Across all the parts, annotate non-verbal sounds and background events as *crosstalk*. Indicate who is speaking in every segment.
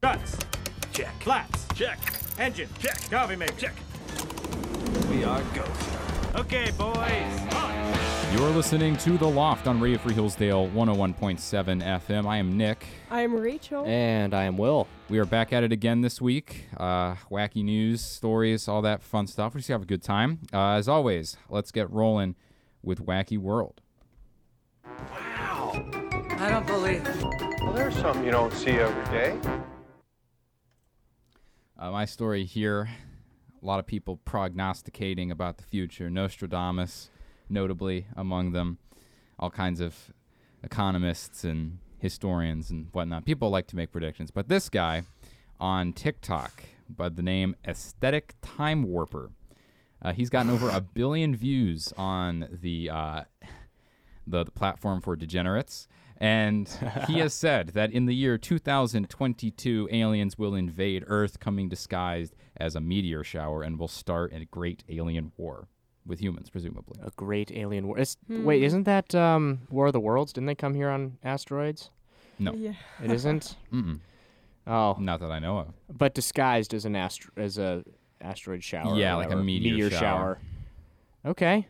Speaker 1: Guts.
Speaker 2: Check.
Speaker 1: Flaps.
Speaker 2: Check.
Speaker 1: Engine.
Speaker 2: Check.
Speaker 1: Coffee maker.
Speaker 2: Check. We are ghosts.
Speaker 1: Okay, boys. On.
Speaker 3: You're listening to The Loft on Radio Free Hillsdale 101.7 FM. I am Nick.
Speaker 4: I'm Rachel.
Speaker 5: And I am Will.
Speaker 3: We are back at it again this week. Uh, wacky news, stories, all that fun stuff. We just have a good time. Uh, as always, let's get rolling with Wacky World.
Speaker 6: I don't believe
Speaker 7: Well, there's something you don't see every day.
Speaker 3: Uh, my story here a lot of people prognosticating about the future, Nostradamus, notably among them, all kinds of economists and historians and whatnot. People like to make predictions. But this guy on TikTok by the name Aesthetic Time Warper, uh, he's gotten over a billion views on the. Uh, the, the platform for degenerates. And he
Speaker 5: *laughs*
Speaker 3: has said that in the year 2022, aliens will invade Earth, coming disguised as a meteor shower, and will start a great alien war with humans, presumably.
Speaker 5: A great alien war. It's,
Speaker 4: Hmm.
Speaker 5: Wait, isn't that um, War of the Worlds? Didn't they come here on asteroids?
Speaker 3: No,
Speaker 4: Yeah. *laughs*
Speaker 5: It isn't. Mm-mm. Oh,
Speaker 3: not that I know of.
Speaker 5: but disguised as an astro- as a asteroid shower. or
Speaker 3: Yeah, like a
Speaker 5: whatever.
Speaker 3: meteor shower.
Speaker 5: Okay.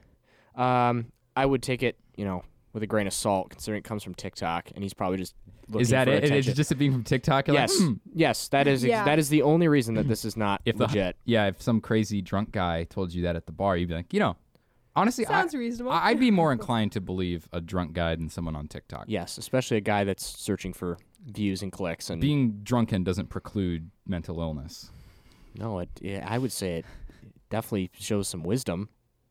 Speaker 5: Um, I would take it, you know, with a grain of salt, considering it comes from TikTok, and he's probably just looking
Speaker 3: Is that
Speaker 5: for
Speaker 3: it? Is
Speaker 5: attention.
Speaker 3: it just it being from TikTok? You're like,
Speaker 5: yes,
Speaker 3: "Hmm."
Speaker 5: yes. That is ex-
Speaker 4: Yeah.
Speaker 5: that is the only reason that this is not
Speaker 3: *clears throat* If the,
Speaker 5: legit.
Speaker 3: *laughs* yeah, if some crazy drunk guy told you that at the bar, you'd be like, you know, honestly,
Speaker 4: Sounds
Speaker 3: I,
Speaker 4: reasonable.
Speaker 3: I- I'd be
Speaker 4: *laughs*
Speaker 3: more inclined to believe a drunk guy than someone on TikTok.
Speaker 5: yes, especially a guy that's searching for views and clicks and
Speaker 3: Being drunken doesn't preclude mental illness.
Speaker 5: No, it, yeah, I would say it definitely shows some wisdom.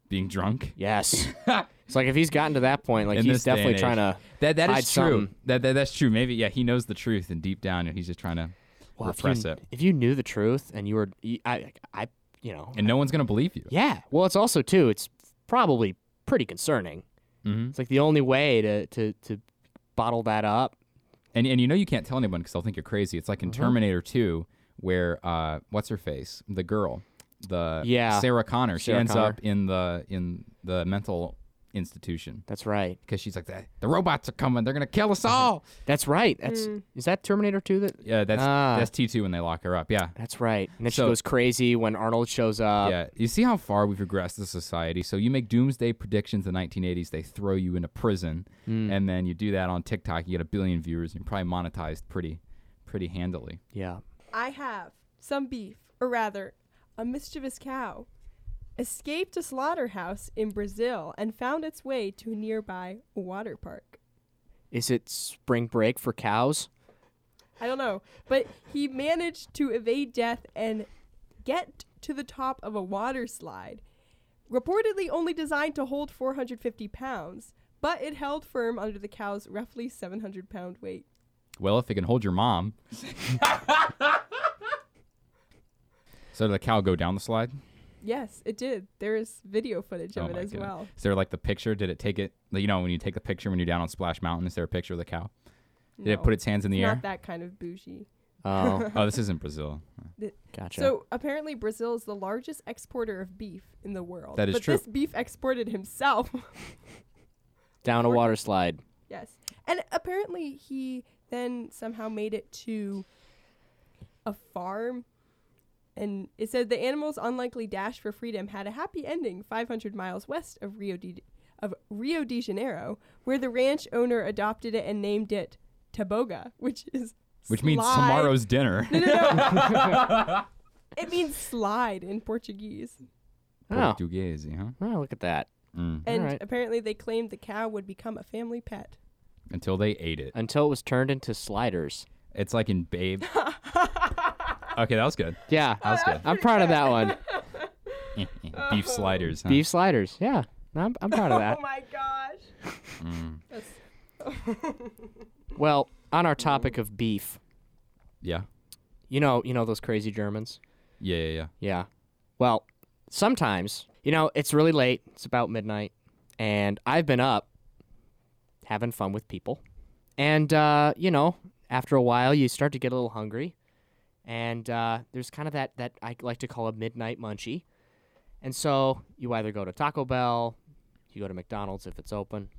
Speaker 3: Being drunk
Speaker 5: *laughs* Yes. it's like if he's gotten to that point, like
Speaker 3: in
Speaker 5: he's
Speaker 3: this day and
Speaker 5: definitely
Speaker 3: age.
Speaker 5: trying to.
Speaker 3: That that
Speaker 5: hide
Speaker 3: is true.
Speaker 5: something.
Speaker 3: That, that that's true. Maybe yeah, he knows the truth, and deep down, and he's just trying to
Speaker 5: Well, if you-
Speaker 3: repress it.
Speaker 5: If you knew the truth and you were, you- I, I, you know.
Speaker 3: And no one's gonna believe you.
Speaker 5: yeah. Well, it's also too. It's probably pretty concerning.
Speaker 3: Mhm.
Speaker 5: It's like the only way to to to bottle that up.
Speaker 3: And and you know you can't tell anyone because they'll think you're crazy. It's like in
Speaker 5: Mm-hmm.
Speaker 3: Terminator Two, where uh, what's her face, the girl, the
Speaker 5: Yeah.
Speaker 3: Sarah Connor, she
Speaker 5: Sarah
Speaker 3: ends
Speaker 5: Connor.
Speaker 3: up in the in the mental institution
Speaker 5: That's right.
Speaker 3: because she's like the, the robots are coming, they're gonna kill us all.
Speaker 5: That's right. That's is that Terminator Two that.
Speaker 3: Yeah, that's
Speaker 5: Mm-hmm. Ah.
Speaker 3: that's T two when they lock her up. Yeah.
Speaker 5: That's right. And then
Speaker 3: So-
Speaker 5: she goes crazy when Arnold shows
Speaker 4: Uh,
Speaker 5: up.
Speaker 3: Yeah, you see how far we've regressed as a society. So you make doomsday predictions in the 1980s, they throw you into prison,
Speaker 4: Hmm.
Speaker 3: and then you do that on TikTok, you get a billion viewers, and you're probably monetized pretty, pretty handily.
Speaker 5: yeah.
Speaker 4: I have some beef, or rather, a mischievous cow, escaped a slaughterhouse in Brazil and found its way to a nearby water park.
Speaker 5: Is it spring break for cows?
Speaker 4: I don't know, but he managed to evade death and get to the top of a water slide, reportedly only designed to hold 450 pounds, but it held firm under the cow's roughly 700 pound weight.
Speaker 3: Well, if it can hold your
Speaker 4: *laughs*
Speaker 3: mom. so did the cow go down the slide? Oh
Speaker 4: Yes, it did. There is video footage of
Speaker 3: my
Speaker 4: it as
Speaker 3: goodness.
Speaker 4: well.
Speaker 3: Is there like the picture? Did it take it? like, You know, when you take the picture when you're down on Splash Mountain, is there a picture of the cow? Did
Speaker 4: No.
Speaker 3: it put its hands in the air?
Speaker 4: Not that kind of bougie.
Speaker 5: Oh,
Speaker 3: *laughs* Oh, this isn't Brazil.
Speaker 4: *laughs*
Speaker 5: gotcha.
Speaker 4: So apparently, Brazil is the largest exporter of beef in the world.
Speaker 3: That is
Speaker 4: but
Speaker 3: true.
Speaker 4: this beef exported himself. *laughs*
Speaker 5: down a water slide.
Speaker 4: yes, and apparently he then somehow made it to a farm, and it said the animal's unlikely dash for freedom had a happy ending 500 miles west of Rio de of Rio de Janeiro, where the ranch owner adopted it and named it Taboga, which is
Speaker 3: Which means
Speaker 4: slide.
Speaker 3: tomorrow's
Speaker 4: *laughs*
Speaker 3: dinner.
Speaker 4: It means slide in Portuguese.
Speaker 3: *laughs*
Speaker 5: Oh,
Speaker 3: Portuguese, huh? Mm.
Speaker 5: oh, look at that.
Speaker 4: And
Speaker 5: Alright.
Speaker 4: apparently, they claimed the cow would become a family pet.
Speaker 3: Until they ate it.
Speaker 5: Until it was turned into sliders.
Speaker 3: It's like in Babe. okay, that was
Speaker 4: *laughs*
Speaker 3: good.
Speaker 5: Yeah,
Speaker 3: That was good.
Speaker 5: I'm proud of that one.
Speaker 3: Beef sliders. Huh?
Speaker 5: Beef sliders. Yeah, I'm, I'm proud
Speaker 3: *laughs*
Speaker 5: of that.
Speaker 4: Oh
Speaker 3: Oh
Speaker 4: my gosh.
Speaker 5: Well, on our topic of beef,
Speaker 3: Yeah.
Speaker 5: you know, you know those crazy Germans.
Speaker 3: Yeah, yeah, yeah.
Speaker 5: Yeah. Well, sometimes you know it's really late. It's about midnight, and I've been up having fun with people, and uh, you know, after a while, you start to get a little hungry, and uh, there's kind of that that I like to call a midnight munchie, and so you either go to Taco Bell, you go to McDonald's if it's open.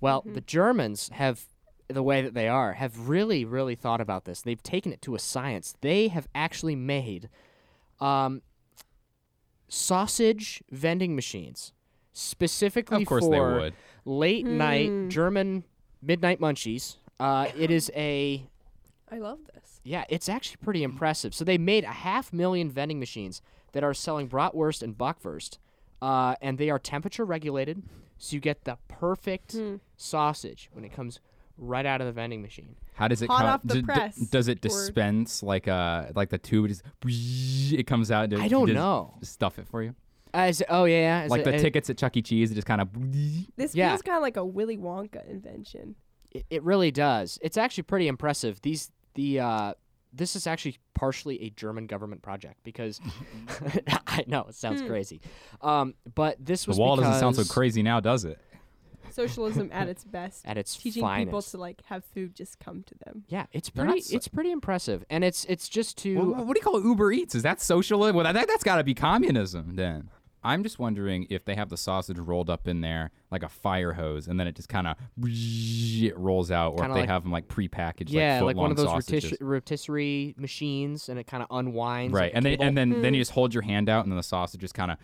Speaker 5: Well, the Germans have the way that they are have really, really thought about this. They've taken it to a science. They have actually made um, sausage vending machines specifically
Speaker 3: Of course
Speaker 5: for
Speaker 3: they would.
Speaker 5: late night German midnight munchies. Uh, it is a
Speaker 4: I love this.
Speaker 5: yeah, it's actually pretty impressive. So they made a half million vending machines that are selling bratwurst and bockwurst, uh, and they are temperature regulated, so you get the perfect sausage when it comes right out of the vending machine.
Speaker 3: How does it
Speaker 4: Hot
Speaker 3: come?
Speaker 4: off the press,
Speaker 3: does it
Speaker 4: word.
Speaker 3: dispense like a like the tube? It, just, it comes out. and
Speaker 5: I don't
Speaker 3: just
Speaker 5: know.
Speaker 3: Stuff it for you.
Speaker 5: As oh yeah, as
Speaker 3: like
Speaker 5: a-
Speaker 3: the
Speaker 5: as-
Speaker 3: tickets at Chuck E. Cheese. It just kind of.
Speaker 4: This
Speaker 5: Yeah.
Speaker 4: feels kind of like a Willy Wonka invention.
Speaker 5: It, it really does. It's actually pretty impressive. These the uh, this is actually partially a German government project
Speaker 3: *laughs*
Speaker 5: because *laughs* I know it sounds crazy, um, but this
Speaker 3: The
Speaker 5: was
Speaker 3: wall doesn't sound so
Speaker 5: because-
Speaker 3: crazy now, does it?
Speaker 4: Socialism at its best.
Speaker 5: *laughs* At its
Speaker 4: teaching people
Speaker 5: finest.
Speaker 4: to like have food just come to them.
Speaker 5: Yeah, it's
Speaker 3: They're not
Speaker 5: pretty.
Speaker 3: so-
Speaker 5: It's pretty impressive, and it's it's just to
Speaker 3: Wha- wha- What, do you call Uber Eats? Is that socialism? Well, that, that's got to be communism then. I'm just wondering if they have the sausage rolled up in there like a fire hose, and then it just kind of *laughs* it rolls out, or if
Speaker 5: Kinda
Speaker 3: they
Speaker 5: like-
Speaker 3: have them like prepackaged,
Speaker 5: yeah,
Speaker 3: like,
Speaker 5: like, one of those
Speaker 3: foot-long sausages.
Speaker 5: rotisserie, rotisserie machines, and it kind of unwinds.
Speaker 3: right?
Speaker 5: like a
Speaker 3: And then
Speaker 5: cable. Hmm.
Speaker 3: and then then you just hold your hand out, and then the sausage just kind of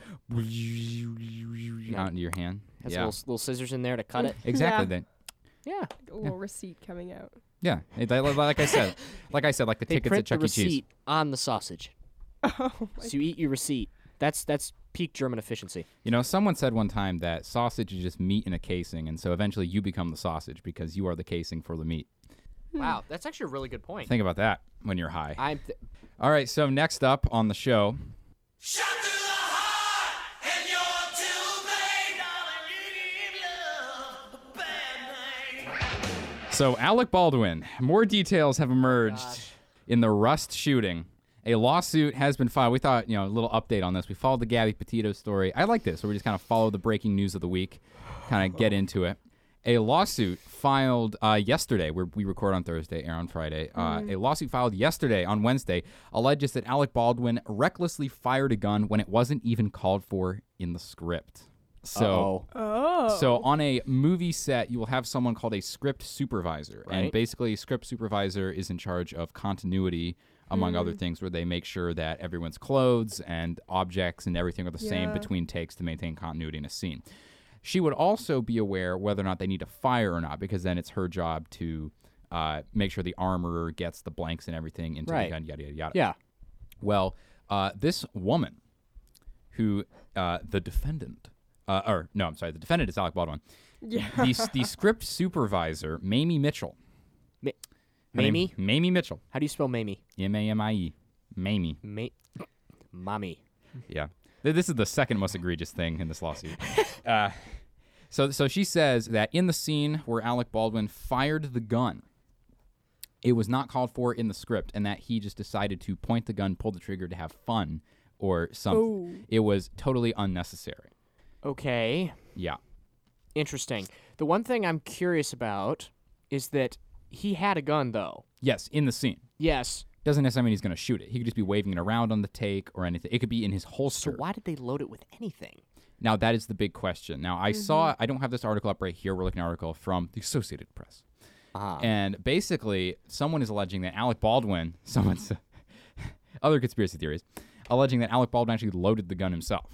Speaker 3: out into your hand.
Speaker 5: has
Speaker 3: yeah,
Speaker 5: little little scissors in there to
Speaker 4: Mm.
Speaker 5: cut it.
Speaker 3: exactly.
Speaker 4: Yeah.
Speaker 3: Then
Speaker 5: Yeah,
Speaker 4: Like a little receipt coming out.
Speaker 3: yeah, It- they- like like I
Speaker 5: *laughs*
Speaker 3: said, like I said, like the
Speaker 5: they
Speaker 3: tickets
Speaker 5: print
Speaker 3: at Chuck
Speaker 5: the
Speaker 3: E. Cheese.
Speaker 5: receipt on the sausage,
Speaker 4: *laughs* Oh my
Speaker 5: so you eat your receipt. That's that's peak German efficiency.
Speaker 3: You know, someone said one time that sausage is just meat in a casing, and so eventually you become the sausage because you are the casing for the meat.
Speaker 4: Hmm.
Speaker 5: Wow, that's actually a really good point.
Speaker 3: Think about that when you're high.
Speaker 5: I'm th-
Speaker 3: All right, so next up on the show, so Alec Baldwin. More details have emerged in the Rust shooting. A lawsuit has been filed. We thought, you know, a little update on this. We followed the Gabby Petito story. I like this, where we just kind of follow the breaking news of the week, kind of get into it. A lawsuit filed uh, yesterday, where we record on Thursday, air on Friday. Uh, A lawsuit filed yesterday on Wednesday alleges that Alec Baldwin recklessly fired a gun when it wasn't even called for in the script. So.
Speaker 5: oh
Speaker 4: Oh.
Speaker 3: So on a movie set, you will have someone called a script supervisor, and
Speaker 5: Right.
Speaker 3: basically, a script supervisor is in charge of continuity, among other things, where they make sure that everyone's clothes and objects and everything are the same
Speaker 4: Yeah.
Speaker 3: between takes to maintain continuity in a scene. She would also be aware whether or not they need to fire or not, because then it's her job to uh, make sure the armorer gets the blanks and everything into the
Speaker 5: Right.
Speaker 3: gun, yada yada yada.
Speaker 5: yeah,
Speaker 3: Well, uh, this woman, who uh, the defendant, uh, or no, I'm sorry, the defendant is Alec Baldwin.
Speaker 4: Yeah.
Speaker 3: The, s- the script supervisor, Mamie Mitchell.
Speaker 5: Ma-
Speaker 3: Her name-
Speaker 5: Mamie.
Speaker 3: Mamie Mitchell.
Speaker 5: How do you spell Mamie?
Speaker 3: M A M I E. Mamie.
Speaker 5: Ma- mommy.
Speaker 3: Yeah. Th- This is the second most egregious thing in this lawsuit. uh, so, so she says that in the scene where Alec Baldwin fired the gun, it was not called for in the script, and that he just decided to point the gun, pull the trigger to have fun or something. It was totally unnecessary.
Speaker 5: Okay.
Speaker 3: Yeah.
Speaker 5: Interesting. The one thing I'm curious about is that he had a gun, though.
Speaker 3: Yes, in the scene.
Speaker 5: Yes.
Speaker 3: Doesn't necessarily mean he's going to shoot it. He could just be waving it around on the take or anything. It could be in his
Speaker 5: So
Speaker 3: holster.
Speaker 5: why did they load it with anything?
Speaker 3: Now that is the big question. Now I saw I don't have this article up right here. We're looking at an article from the Associated Press. And basically someone is alleging that Alec Baldwin, *laughs* someone's other conspiracy theories, alleging that Alec Baldwin actually loaded the gun himself.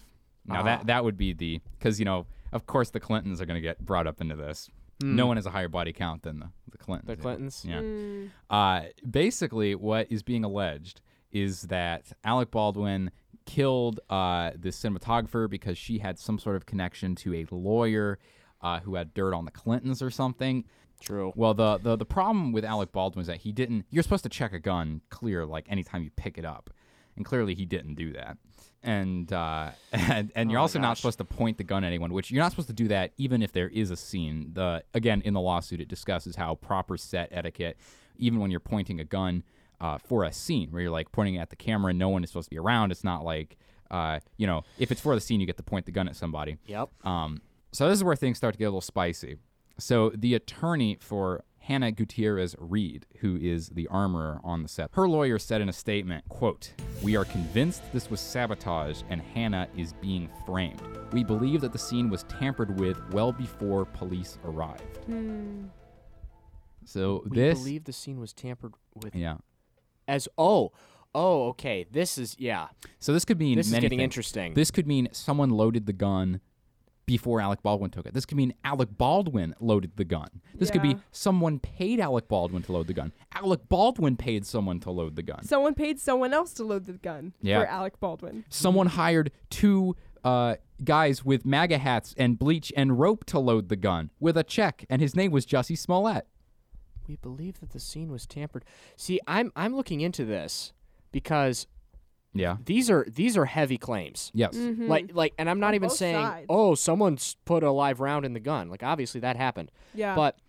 Speaker 3: Now that that would be the cuz you know, of course the Clintons are going to get brought up into this. No one has a higher body count than the, the Clintons.
Speaker 5: The
Speaker 3: yeah.
Speaker 5: Clintons.
Speaker 3: Yeah. Uh, basically, what is being alleged is that Alec Baldwin killed uh, this cinematographer because she had some sort of connection to a lawyer uh, who had dirt on the Clintons or something.
Speaker 5: True.
Speaker 3: Well, the, the the problem with Alec Baldwin is that he didn't. You're supposed to check a gun clear like anytime you pick it up, and clearly he didn't do that. And uh, *laughs* and, and you're also not supposed to point the gun at anyone, which you're not supposed to do that even if there is a scene. The again in the lawsuit it discusses how proper set etiquette, even when you're pointing a gun uh, for a scene where you're like pointing at the camera and no one is supposed to be around. It's not like uh, you know if it's for the scene you get to point the gun at somebody.
Speaker 5: Yep.
Speaker 3: Um, so this is where things start to get a little spicy. So the attorney for Hannah Gutierrez Reed, who is the armorer on the set, her lawyer said in a statement, quote, We are convinced this was sabotage and Hannah is being framed. We believe that the scene was tampered with well before police arrived. So
Speaker 5: We
Speaker 3: this,
Speaker 5: believe the scene was tampered with
Speaker 3: yeah.
Speaker 5: as oh oh okay this is yeah
Speaker 3: So this could mean
Speaker 5: this is
Speaker 3: many
Speaker 5: getting
Speaker 3: things.
Speaker 5: interesting.
Speaker 3: This could mean someone loaded the gun before Alec Baldwin took it. This could mean Alec Baldwin loaded the gun. This could be
Speaker 4: Yeah.
Speaker 3: someone paid Alec Baldwin to load the gun. Alec Baldwin paid someone to load the gun.
Speaker 4: Someone paid someone else to load the gun
Speaker 3: Yeah.
Speaker 4: for Alec Baldwin.
Speaker 3: someone hired two uh, guys with MAGA hats and bleach and rope to load the gun with a check, and his name was Jussie Smollett.
Speaker 5: we believe that the scene was tampered. See, I'm I'm looking into this because
Speaker 3: Yeah.
Speaker 5: these are these are heavy claims.
Speaker 3: Yes.
Speaker 5: Like like and I'm not
Speaker 4: Mm-hmm. On
Speaker 5: even
Speaker 4: both
Speaker 5: saying,
Speaker 4: sides.
Speaker 5: "Oh, someone's put a live round in the gun." Like obviously that happened.
Speaker 4: Yeah.
Speaker 5: But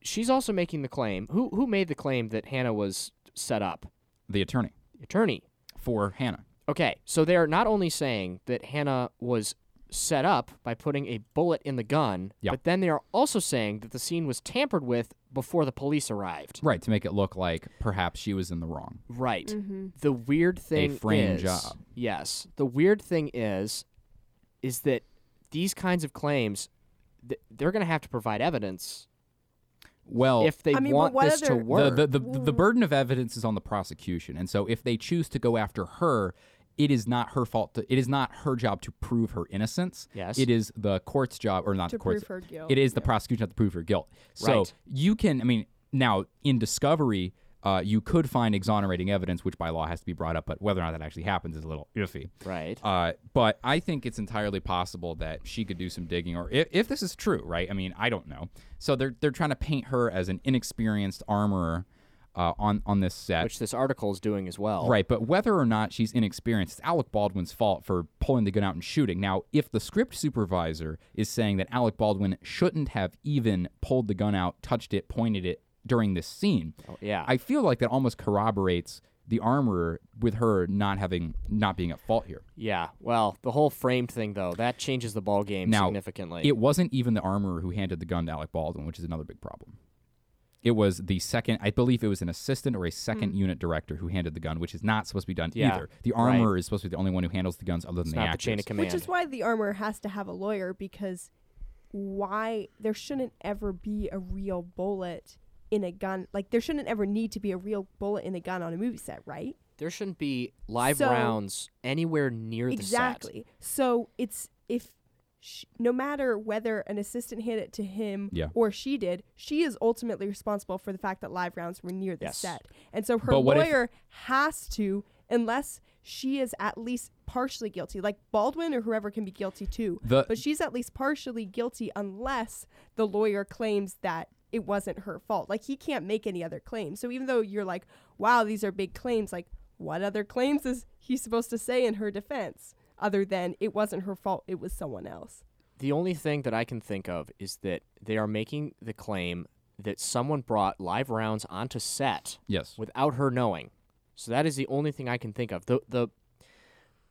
Speaker 5: she's also making the claim. Who who made the claim that Hannah was set up?
Speaker 3: The attorney
Speaker 5: Attorney.
Speaker 3: for Hannah.
Speaker 5: Okay, so they're not only saying that Hannah was set up by putting a bullet in the gun,
Speaker 3: Yeah.
Speaker 5: but then they are also saying that the scene was tampered with before the police arrived.
Speaker 3: Right, to make it look like perhaps she was in the wrong.
Speaker 5: Right.
Speaker 4: Mm-hmm.
Speaker 5: The weird thing
Speaker 3: frame
Speaker 5: is,
Speaker 3: job.
Speaker 5: Yes. The weird thing is, is that these kinds of claims, th- they're going to have to provide evidence
Speaker 3: Well,
Speaker 5: if they
Speaker 4: I mean, but
Speaker 5: want
Speaker 4: what
Speaker 5: this to
Speaker 4: other- The-
Speaker 5: work.
Speaker 3: The, the,
Speaker 4: Mm.
Speaker 3: the, the burden of evidence is on the prosecution. And so if they choose to go after her, it is not her fault. To, it is not her job to prove her innocence.
Speaker 5: Yes.
Speaker 3: It is the court's job, or not
Speaker 4: To
Speaker 3: the court's.
Speaker 4: prove her guilt.
Speaker 3: It is the prosecution that to prove her guilt. So
Speaker 5: Right.
Speaker 3: you can, I mean, now in discovery, uh, you could find exonerating evidence, which by law has to be brought up, but whether or not that actually happens is a little iffy.
Speaker 5: right.
Speaker 3: Uh, but I think it's entirely possible that she could do some digging, or if, if this is true, right? I mean, I don't know. So they're they're trying to paint her as an inexperienced armorer uh, on on this set,
Speaker 5: which this article is doing as well.
Speaker 3: right? But whether or not she's inexperienced, it's Alec Baldwin's fault for pulling the gun out and shooting. Now, if the script supervisor is saying that Alec Baldwin shouldn't have even pulled the gun out, touched it, pointed it during this scene,
Speaker 5: Oh, yeah.
Speaker 3: I feel like that almost corroborates the armorer with her not having not being at fault here.
Speaker 5: Yeah. Well, the whole framed thing, though, that changes the ball game
Speaker 3: Now,
Speaker 5: significantly.
Speaker 3: It wasn't even the armorer who handed the gun to Alec Baldwin, which is another big problem. It was the second, I believe it was an assistant or a second unit director who handed the gun, which is not supposed to be done
Speaker 5: Hmm. Yeah,
Speaker 3: either. The
Speaker 5: right.
Speaker 3: armorer is supposed to be the only one who handles the guns other than
Speaker 5: it's
Speaker 3: the
Speaker 5: not the
Speaker 3: actors.
Speaker 5: chain of command.
Speaker 4: Which is why the armor has to have a lawyer because why there shouldn't ever be a real bullet in a gun. Like there shouldn't ever need to be a real bullet in a gun on a movie set, right?
Speaker 5: there shouldn't be live
Speaker 4: So-
Speaker 5: rounds anywhere near
Speaker 4: exactly. So it's if sh no matter whether an assistant handed it to him
Speaker 3: Yeah.
Speaker 4: or she did, she is ultimately responsible for the fact that live rounds were near the
Speaker 5: Yes.
Speaker 4: set, and so her
Speaker 3: But what if-
Speaker 4: lawyer has to, unless she is at least partially guilty, like Baldwin or whoever can be guilty too.
Speaker 3: The-
Speaker 4: but she's at least partially guilty unless the lawyer claims that it wasn't her fault. Like he can't make any other claims. So even though you're like, wow, these are big claims, like what other claims is he supposed to say in her defense other than it wasn't her fault, it was someone else?
Speaker 5: the set. The only thing that I can think of is that they are making the claim that someone brought live rounds onto set
Speaker 3: Yes.
Speaker 5: without her knowing. So that is the only thing I can think of. The the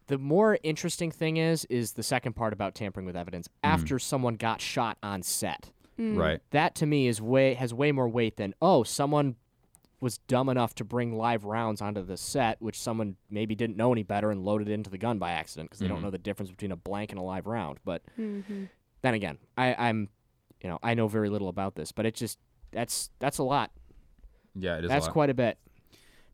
Speaker 5: the more interesting thing is is the second part about tampering with evidence after someone got shot on set.
Speaker 3: Right.
Speaker 5: that to me is way has way more weight than oh someone was dumb enough to bring live rounds onto the set which someone maybe didn't know any better and loaded into the gun by accident because they
Speaker 3: Mm-hmm.
Speaker 5: don't know the difference between a blank and a live round but Mm-hmm. then again I, i'm you know i know very little about this but it just that's that's a lot
Speaker 3: Yeah, it is. a
Speaker 5: that's
Speaker 3: lot.
Speaker 5: quite a bit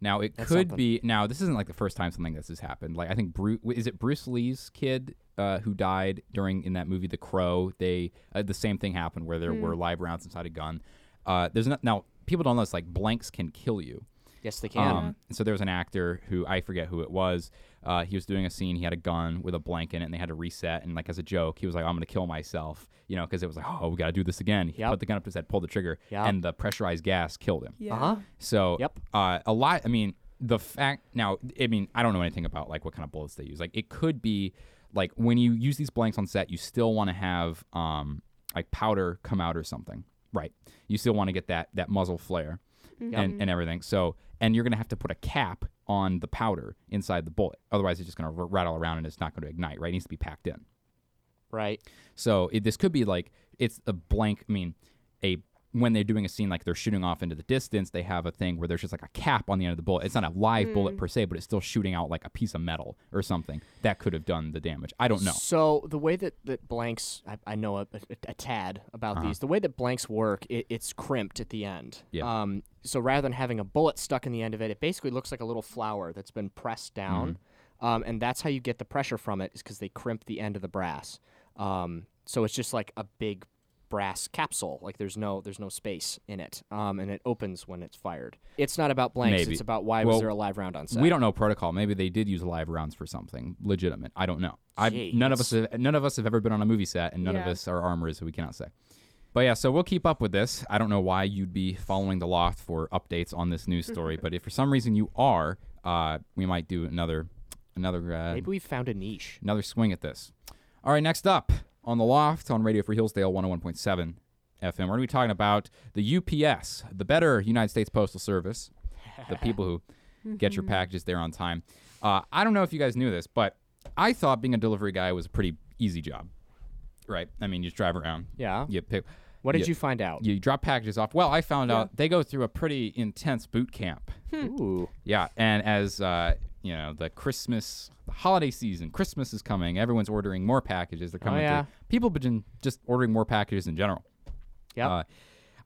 Speaker 3: Now it
Speaker 5: That's
Speaker 3: could
Speaker 5: something.
Speaker 3: be. Now this isn't like the first time something this has happened. Like I think Bruce is it Bruce Lee's kid uh, who died during in that movie The Crow. They uh, the same thing happened where there
Speaker 5: Hmm.
Speaker 3: were live rounds inside a gun. Uh, there's not now people don't know this. Like blanks can kill you.
Speaker 5: yes they can
Speaker 3: Um, and so there was an actor who I forget who it was. Uh, he was doing a scene. He had a gun with a blank in it, and they had to reset. And like as a joke, he was like, "I'm gonna kill myself," you know, because it was like, "Oh, we gotta do this again." He
Speaker 5: Yep.
Speaker 3: put the gun up to his head, pulled the trigger,
Speaker 5: Yep.
Speaker 3: and the pressurized gas killed him.
Speaker 4: Yeah.
Speaker 5: uh-huh
Speaker 3: So
Speaker 5: Yep.
Speaker 3: uh, a lot. I mean, the fact now. I mean, I don't know anything about like what kind of bullets they use. Like it could be like when you use these blanks on set, you still want to have um like powder come out or something, right? You still want to get that that muzzle flare and and everything. So and you're gonna have to put a cap on the powder inside the bullet. Otherwise, it's just gonna r- rattle around and it's not going to ignite. Right? It needs to be packed in.
Speaker 5: right
Speaker 3: So it, this could be like it's a blank. I mean, a when they're doing a scene like they're shooting off into the distance, they have a thing where there's just like a cap on the end of the bullet. It's not a live bullet per se, but it's still shooting out like a piece of metal or something that could have done the damage. I don't know.
Speaker 5: So the way that, that blanks, I, I know a, a, a tad about these. The way that blanks work, it, it's crimped at the end.
Speaker 3: Uh-huh. Yeah.
Speaker 5: Um, so rather than having a bullet stuck in the end of it, it basically looks like a little flower that's been pressed down,
Speaker 3: Mm-hmm.
Speaker 5: um, and that's how you get the pressure from it, is because they crimp the end of the brass. Um, so it's just like a big brass capsule. Like there's no there's no space in it, um, and it opens when it's fired. It's not about blanks.
Speaker 3: Maybe.
Speaker 5: It's about why
Speaker 3: Well,
Speaker 5: was there a live round on set.
Speaker 3: We don't know protocol. Maybe they did use live rounds for something legitimate. I don't know. I
Speaker 5: Gee,
Speaker 3: none of us have, none of us have ever been on a movie set, and none of
Speaker 4: Yeah.
Speaker 3: us are armorers, so we cannot say. But yeah, so we'll keep up with this. I don't know why you'd be following the loft for updates on this news story, but if for some reason you are, uh, we might do another another uh,
Speaker 5: Maybe we found a niche.
Speaker 3: another swing at this. All right, next up on the loft on Radio Free Hillsdale 101.7 FM, we're going to be talking about the UPS, the better United States Postal Service,
Speaker 5: *laughs*
Speaker 3: the people who get
Speaker 5: Mm-hmm.
Speaker 3: your packages there on time. Uh, I don't know if you guys knew this, but I thought being a delivery guy was a pretty easy job, right? I mean, you just drive around.
Speaker 5: Yeah.
Speaker 3: You pick.
Speaker 5: What did
Speaker 3: yeah.
Speaker 5: you find out?
Speaker 3: You drop packages off. Well, I found out they go through a pretty intense boot camp.
Speaker 5: Ooh.
Speaker 3: Yeah, and as uh, you know, the Christmas, the holiday season, Christmas is coming. Everyone's ordering more packages. They're coming.
Speaker 5: Oh, yeah.
Speaker 3: through. People begin just ordering more packages in general.
Speaker 5: Yep.
Speaker 3: Uh,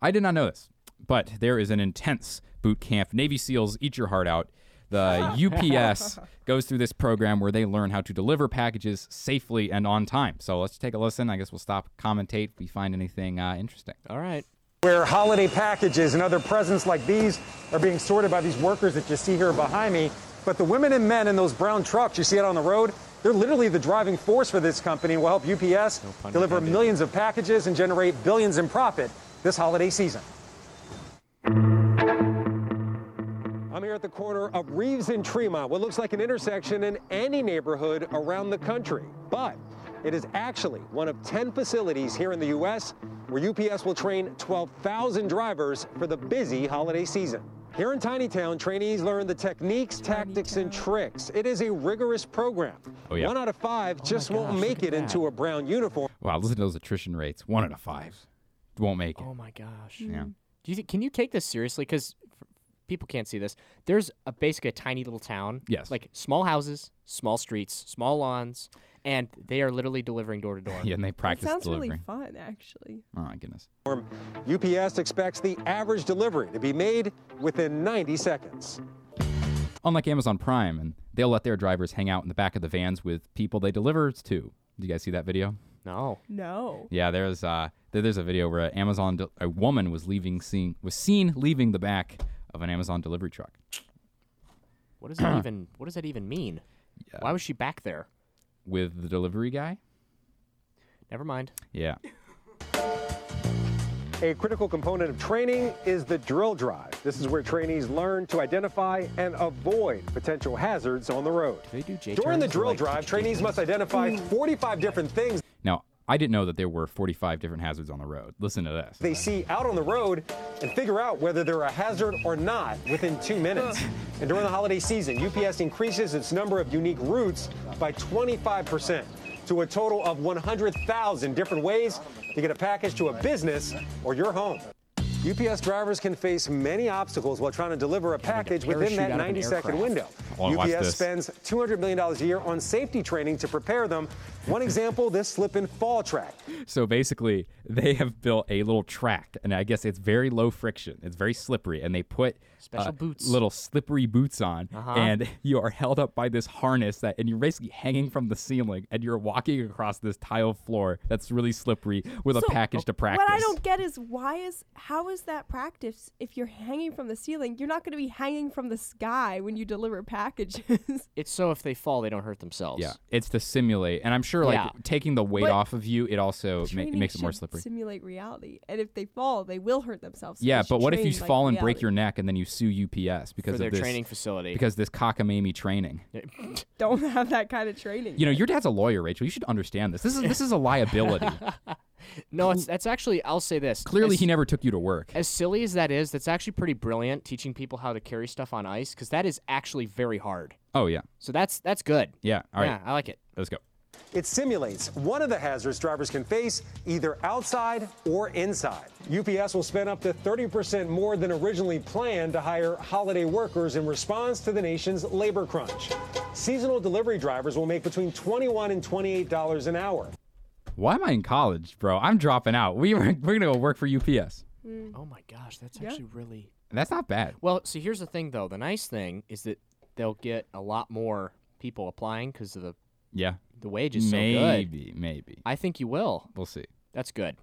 Speaker 3: I did not know this, but there is an intense boot camp. Navy SEALs eat your heart out.
Speaker 5: *laughs*
Speaker 3: The UPS goes through this program where they learn how to deliver packages safely and on time. So let's take a listen. I guess we'll stop, commentate if we find anything uh, interesting.
Speaker 5: All right.
Speaker 6: where holiday packages and other presents like these are being sorted by these workers that you see here behind me. But the women and men in those brown trucks you see out on the road, they're literally the driving force for this company and will help UPS deliver millions of packages and generate billions in profit this holiday season. I'm here at the corner of Reeves and Tremont, what looks like an intersection in any neighborhood around the country. But it is actually one of 10 facilities here in the U.S. where UPS will train 12,000 drivers for the busy holiday season. Here in Tiny Town, trainees learn the techniques, tactics, and tricks. It is a rigorous program.
Speaker 3: Oh, yeah.
Speaker 6: One out of five just won't
Speaker 5: gosh,
Speaker 6: make
Speaker 5: look
Speaker 6: it
Speaker 5: at
Speaker 6: into
Speaker 5: that.
Speaker 6: a brown uniform.
Speaker 3: Wow, listen to those attrition rates. One out of five won't make it.
Speaker 5: Oh my gosh.
Speaker 3: Yeah.
Speaker 5: Do you think can you take this seriously? Because people can't see this. There's a basically a tiny little town.
Speaker 3: Yes.
Speaker 5: Like small houses, small streets, small lawns, and they are literally delivering door to door.
Speaker 3: Yeah, and they
Speaker 4: That
Speaker 3: practice
Speaker 4: sounds
Speaker 3: delivering.
Speaker 4: really fun, actually.
Speaker 3: oh my goodness.
Speaker 6: UPS expects the average delivery to be made within 90 seconds.
Speaker 3: unlike Amazon Prime, and they'll let their drivers hang out in the back of the vans with people they deliver to. Did you guys see that video?
Speaker 5: No.
Speaker 4: No.
Speaker 3: Yeah, there's uh, there- there's a video where an Amazon de- a woman was leaving seeing was seen leaving the back of an Amazon delivery truck. *coughs*
Speaker 5: What does that even what does that even mean? Why was she back there?
Speaker 3: with the delivery guy.
Speaker 5: Never mind.
Speaker 3: Yeah,
Speaker 6: A critical component of training is the drill drive. This is where trainees learn to identify and avoid potential hazards on the road.
Speaker 5: They do J
Speaker 6: During the
Speaker 5: turns or,
Speaker 6: drill
Speaker 5: like,
Speaker 6: drive, trainees must identify 45 different things
Speaker 3: now. I didn't know that there were 45 different hazards on the road. Listen to this.
Speaker 6: they see out on the road and figure out whether they're a hazard or not within two minutes. And during the holiday season, UPS increases its number of unique routes by 25% to a total of 100,000 different ways to get a package to a business or your home. UPS drivers can face many obstacles while trying to deliver a package within
Speaker 5: parachute out
Speaker 6: that
Speaker 5: of an
Speaker 6: 90 second
Speaker 5: aircraft.
Speaker 6: window.
Speaker 3: I wanna watch
Speaker 6: UPS
Speaker 3: this.
Speaker 6: spends $200 million a year on safety training to prepare them. One example this slip and fall track.
Speaker 3: So basically, they have built a little track, and I guess it's very low friction. It's very slippery, and they put uh,
Speaker 5: Special boots.
Speaker 3: little slippery boots on,
Speaker 4: Uh-huh.
Speaker 3: and *laughs* you are held up by this harness that, and you're basically hanging from the ceiling, and you're walking across this tile floor that's really slippery with a
Speaker 4: So, uh,
Speaker 3: package to practice.
Speaker 4: What I don't get is why is how is that practice if you're hanging from the ceiling? You're not going to be hanging from the sky when you deliver packages. *laughs*
Speaker 5: It's so if they fall they don't hurt themselves.
Speaker 3: Yeah, it's to simulate, and I'm sure like
Speaker 5: Yeah.
Speaker 3: taking the weight
Speaker 4: But
Speaker 3: off of you, it also ma- it
Speaker 4: Training
Speaker 3: makes it more
Speaker 4: should
Speaker 3: slippery.
Speaker 4: Simulate reality, and if they fall, they will hurt themselves. so they
Speaker 3: yeah,
Speaker 4: should
Speaker 3: but what if you
Speaker 4: train like
Speaker 3: fall and break
Speaker 4: reality.
Speaker 3: your neck, and then you sue UPS because
Speaker 5: For
Speaker 3: of
Speaker 5: their
Speaker 3: this
Speaker 5: training facility.
Speaker 3: because this cockamamie training?
Speaker 4: *laughs* Don't have that kind of training.
Speaker 3: You know, your dad's a lawyer, Rachel. You should understand this. This is this is a
Speaker 5: *laughs*
Speaker 3: liability.
Speaker 5: no, it's that's actually I'll say this.
Speaker 3: Clearly,
Speaker 5: As-
Speaker 3: he never took you to work.
Speaker 5: as silly as that is, that's actually pretty brilliant teaching people how to carry stuff on ice because that is actually very hard.
Speaker 3: Oh yeah,
Speaker 5: So that's that's good.
Speaker 3: yeah. All right,
Speaker 5: Yeah, I like it.
Speaker 3: let's go.
Speaker 6: It simulates one of the hazards drivers can face, either outside or inside. UPS will spend up to 30% more than originally planned to hire holiday workers in response to the nation's labor crunch. Seasonal delivery drivers will make between $21 and $28 an hour.
Speaker 3: Why am I in college, bro? I'm dropping out. We were, we're gonna go work for UPS.
Speaker 5: Oh my gosh, that's actually really
Speaker 3: That's not bad.
Speaker 5: Well, see, here's the thing, though. The nice thing is that they'll get a lot more people applying because the
Speaker 3: Yeah,
Speaker 5: the wage is so good.
Speaker 3: maybe, maybe.
Speaker 5: I think you will.
Speaker 3: We'll see.
Speaker 5: That's good.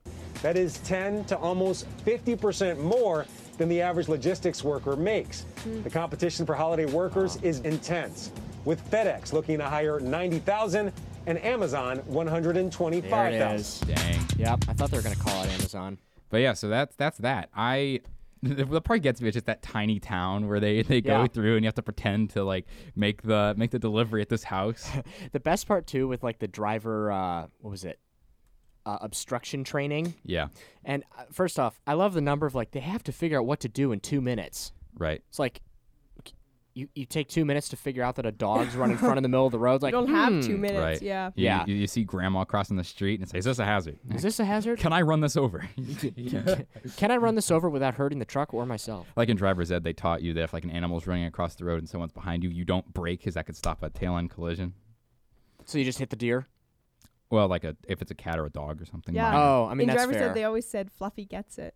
Speaker 6: That is 10 to almost 50% more than the average logistics worker makes. The competition for holiday workers is intense, with FedEx looking to hire 90,000 and Amazon
Speaker 5: There it
Speaker 6: 125,000.
Speaker 5: is.
Speaker 3: Dang.
Speaker 5: Yep. I thought they were gonna call it Amazon.
Speaker 3: But yeah, so that's that's that. I what probably gets me is just that tiny town where they they go
Speaker 5: Yeah.
Speaker 3: through and you have to pretend to like make the make the delivery at this
Speaker 5: *laughs*
Speaker 3: house.
Speaker 5: The best part too, with like the driver, uh, what was it? Uh, obstruction training.
Speaker 3: yeah,
Speaker 5: And uh, first off, I love the number of like they have to figure out what to do in two minutes.
Speaker 3: right.
Speaker 5: It's like you you take two minutes to figure out that a dog's running in front in the middle of the road. Like
Speaker 4: You don't have two
Speaker 5: "Hmm,
Speaker 4: minutes.
Speaker 3: right.
Speaker 4: Yeah.
Speaker 3: You,
Speaker 5: Yeah.
Speaker 3: You, you see grandma crossing the street and say, "Is this a
Speaker 5: *laughs*
Speaker 3: hazard?
Speaker 5: Is this a hazard?
Speaker 3: Can I run this
Speaker 5: *laughs*
Speaker 3: over?" *laughs*
Speaker 5: Can I run this over without hurting the truck or myself?
Speaker 3: like in driver's ed, they taught you that if like an animal's running across the road and someone's behind you, you don't brake because that could stop a tail end collision.
Speaker 5: So you just hit the deer?
Speaker 3: Well, like a if it's a cat or a dog or something.
Speaker 4: Yeah.
Speaker 3: minor.
Speaker 5: Oh, I mean
Speaker 4: in
Speaker 5: that's
Speaker 4: driver
Speaker 5: fair.
Speaker 4: said they always said Fluffy gets it.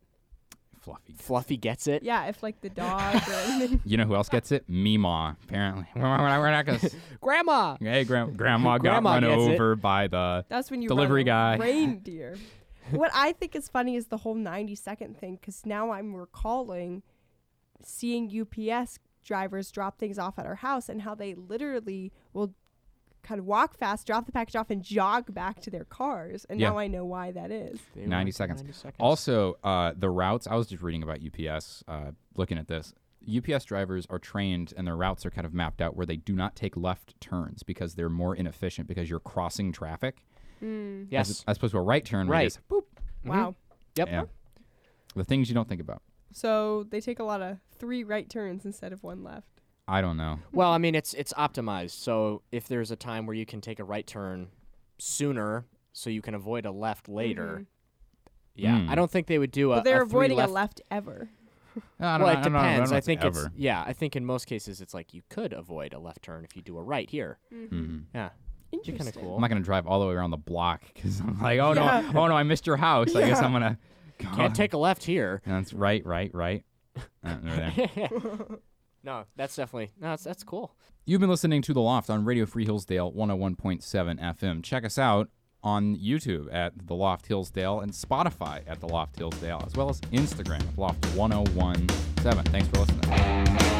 Speaker 3: fluffy.
Speaker 5: Fluffy gets it.
Speaker 4: Yeah, if like the dog or anything.
Speaker 3: You know who else gets it? Meemaw. Apparently, *laughs* we're not we're not gonna. s-
Speaker 5: Grandma.
Speaker 3: hey,
Speaker 5: *laughs*
Speaker 3: gran- grandma got
Speaker 5: Grandma
Speaker 3: run
Speaker 5: gets it.
Speaker 3: over by the
Speaker 4: That's when you
Speaker 3: Delivery guy.
Speaker 5: *laughs*
Speaker 4: run a reindeer. what I think is funny is the whole 90 second thing because now I'm recalling seeing UPS drivers drop things off at our house and how they literally will kind of walk fast, drop the package off, and jog back to their cars. And
Speaker 3: Yeah.
Speaker 4: now I know why that is.
Speaker 5: They
Speaker 3: 90
Speaker 5: went for
Speaker 3: seconds.
Speaker 5: 90 seconds.
Speaker 3: Also, uh, the routes, I was just reading about UPS, uh, looking at this. UPS drivers are trained and their routes are kind of mapped out where they do not take left turns because they're more inefficient because you're crossing traffic
Speaker 5: yes.
Speaker 3: as opposed to a right turn. Where you
Speaker 5: Right.
Speaker 3: just, boop.
Speaker 5: Mm-hmm.
Speaker 4: Wow.
Speaker 5: Yep.
Speaker 3: Yeah. The things you don't think about.
Speaker 4: So they take a lot of three right turns instead of one left.
Speaker 3: I don't know.
Speaker 5: Well, I mean it's it's optimized. So if there's a time where you can take a right turn sooner so you can avoid a left later. Yeah.
Speaker 3: Mm.
Speaker 5: I don't think they would do a
Speaker 4: Mm-hmm. But they're
Speaker 5: a three
Speaker 4: avoiding
Speaker 5: left.
Speaker 4: a left ever.
Speaker 3: I don't
Speaker 5: Well,
Speaker 3: know-
Speaker 5: it
Speaker 3: I don't know- I don't
Speaker 5: depends.
Speaker 3: know
Speaker 5: I
Speaker 3: if
Speaker 5: think it's
Speaker 3: ever.
Speaker 5: yeah. I think in most cases it's like you could avoid a left turn if you do a right here.
Speaker 3: Mhm.
Speaker 5: Yeah, you're
Speaker 4: Mm-hmm. Interesting.
Speaker 5: kind of cool.
Speaker 3: I'm not going to drive all the way around the block because I'm like, oh
Speaker 4: Yeah.
Speaker 3: no, oh no, I missed your house. I guess I'm going to.
Speaker 5: Can't take a left here.
Speaker 3: That's right, right,
Speaker 5: *laughs*
Speaker 3: right. Uh, over there.
Speaker 5: no, that's definitely no. That's that's cool.
Speaker 3: You've been listening to The Loft on Radio Free Hillsdale 101.7 FM. Check us out on YouTube at The Loft Hillsdale and Spotify oh at The Loft Hillsdale, as well as Instagram at Loft 1017. Thanks for listening.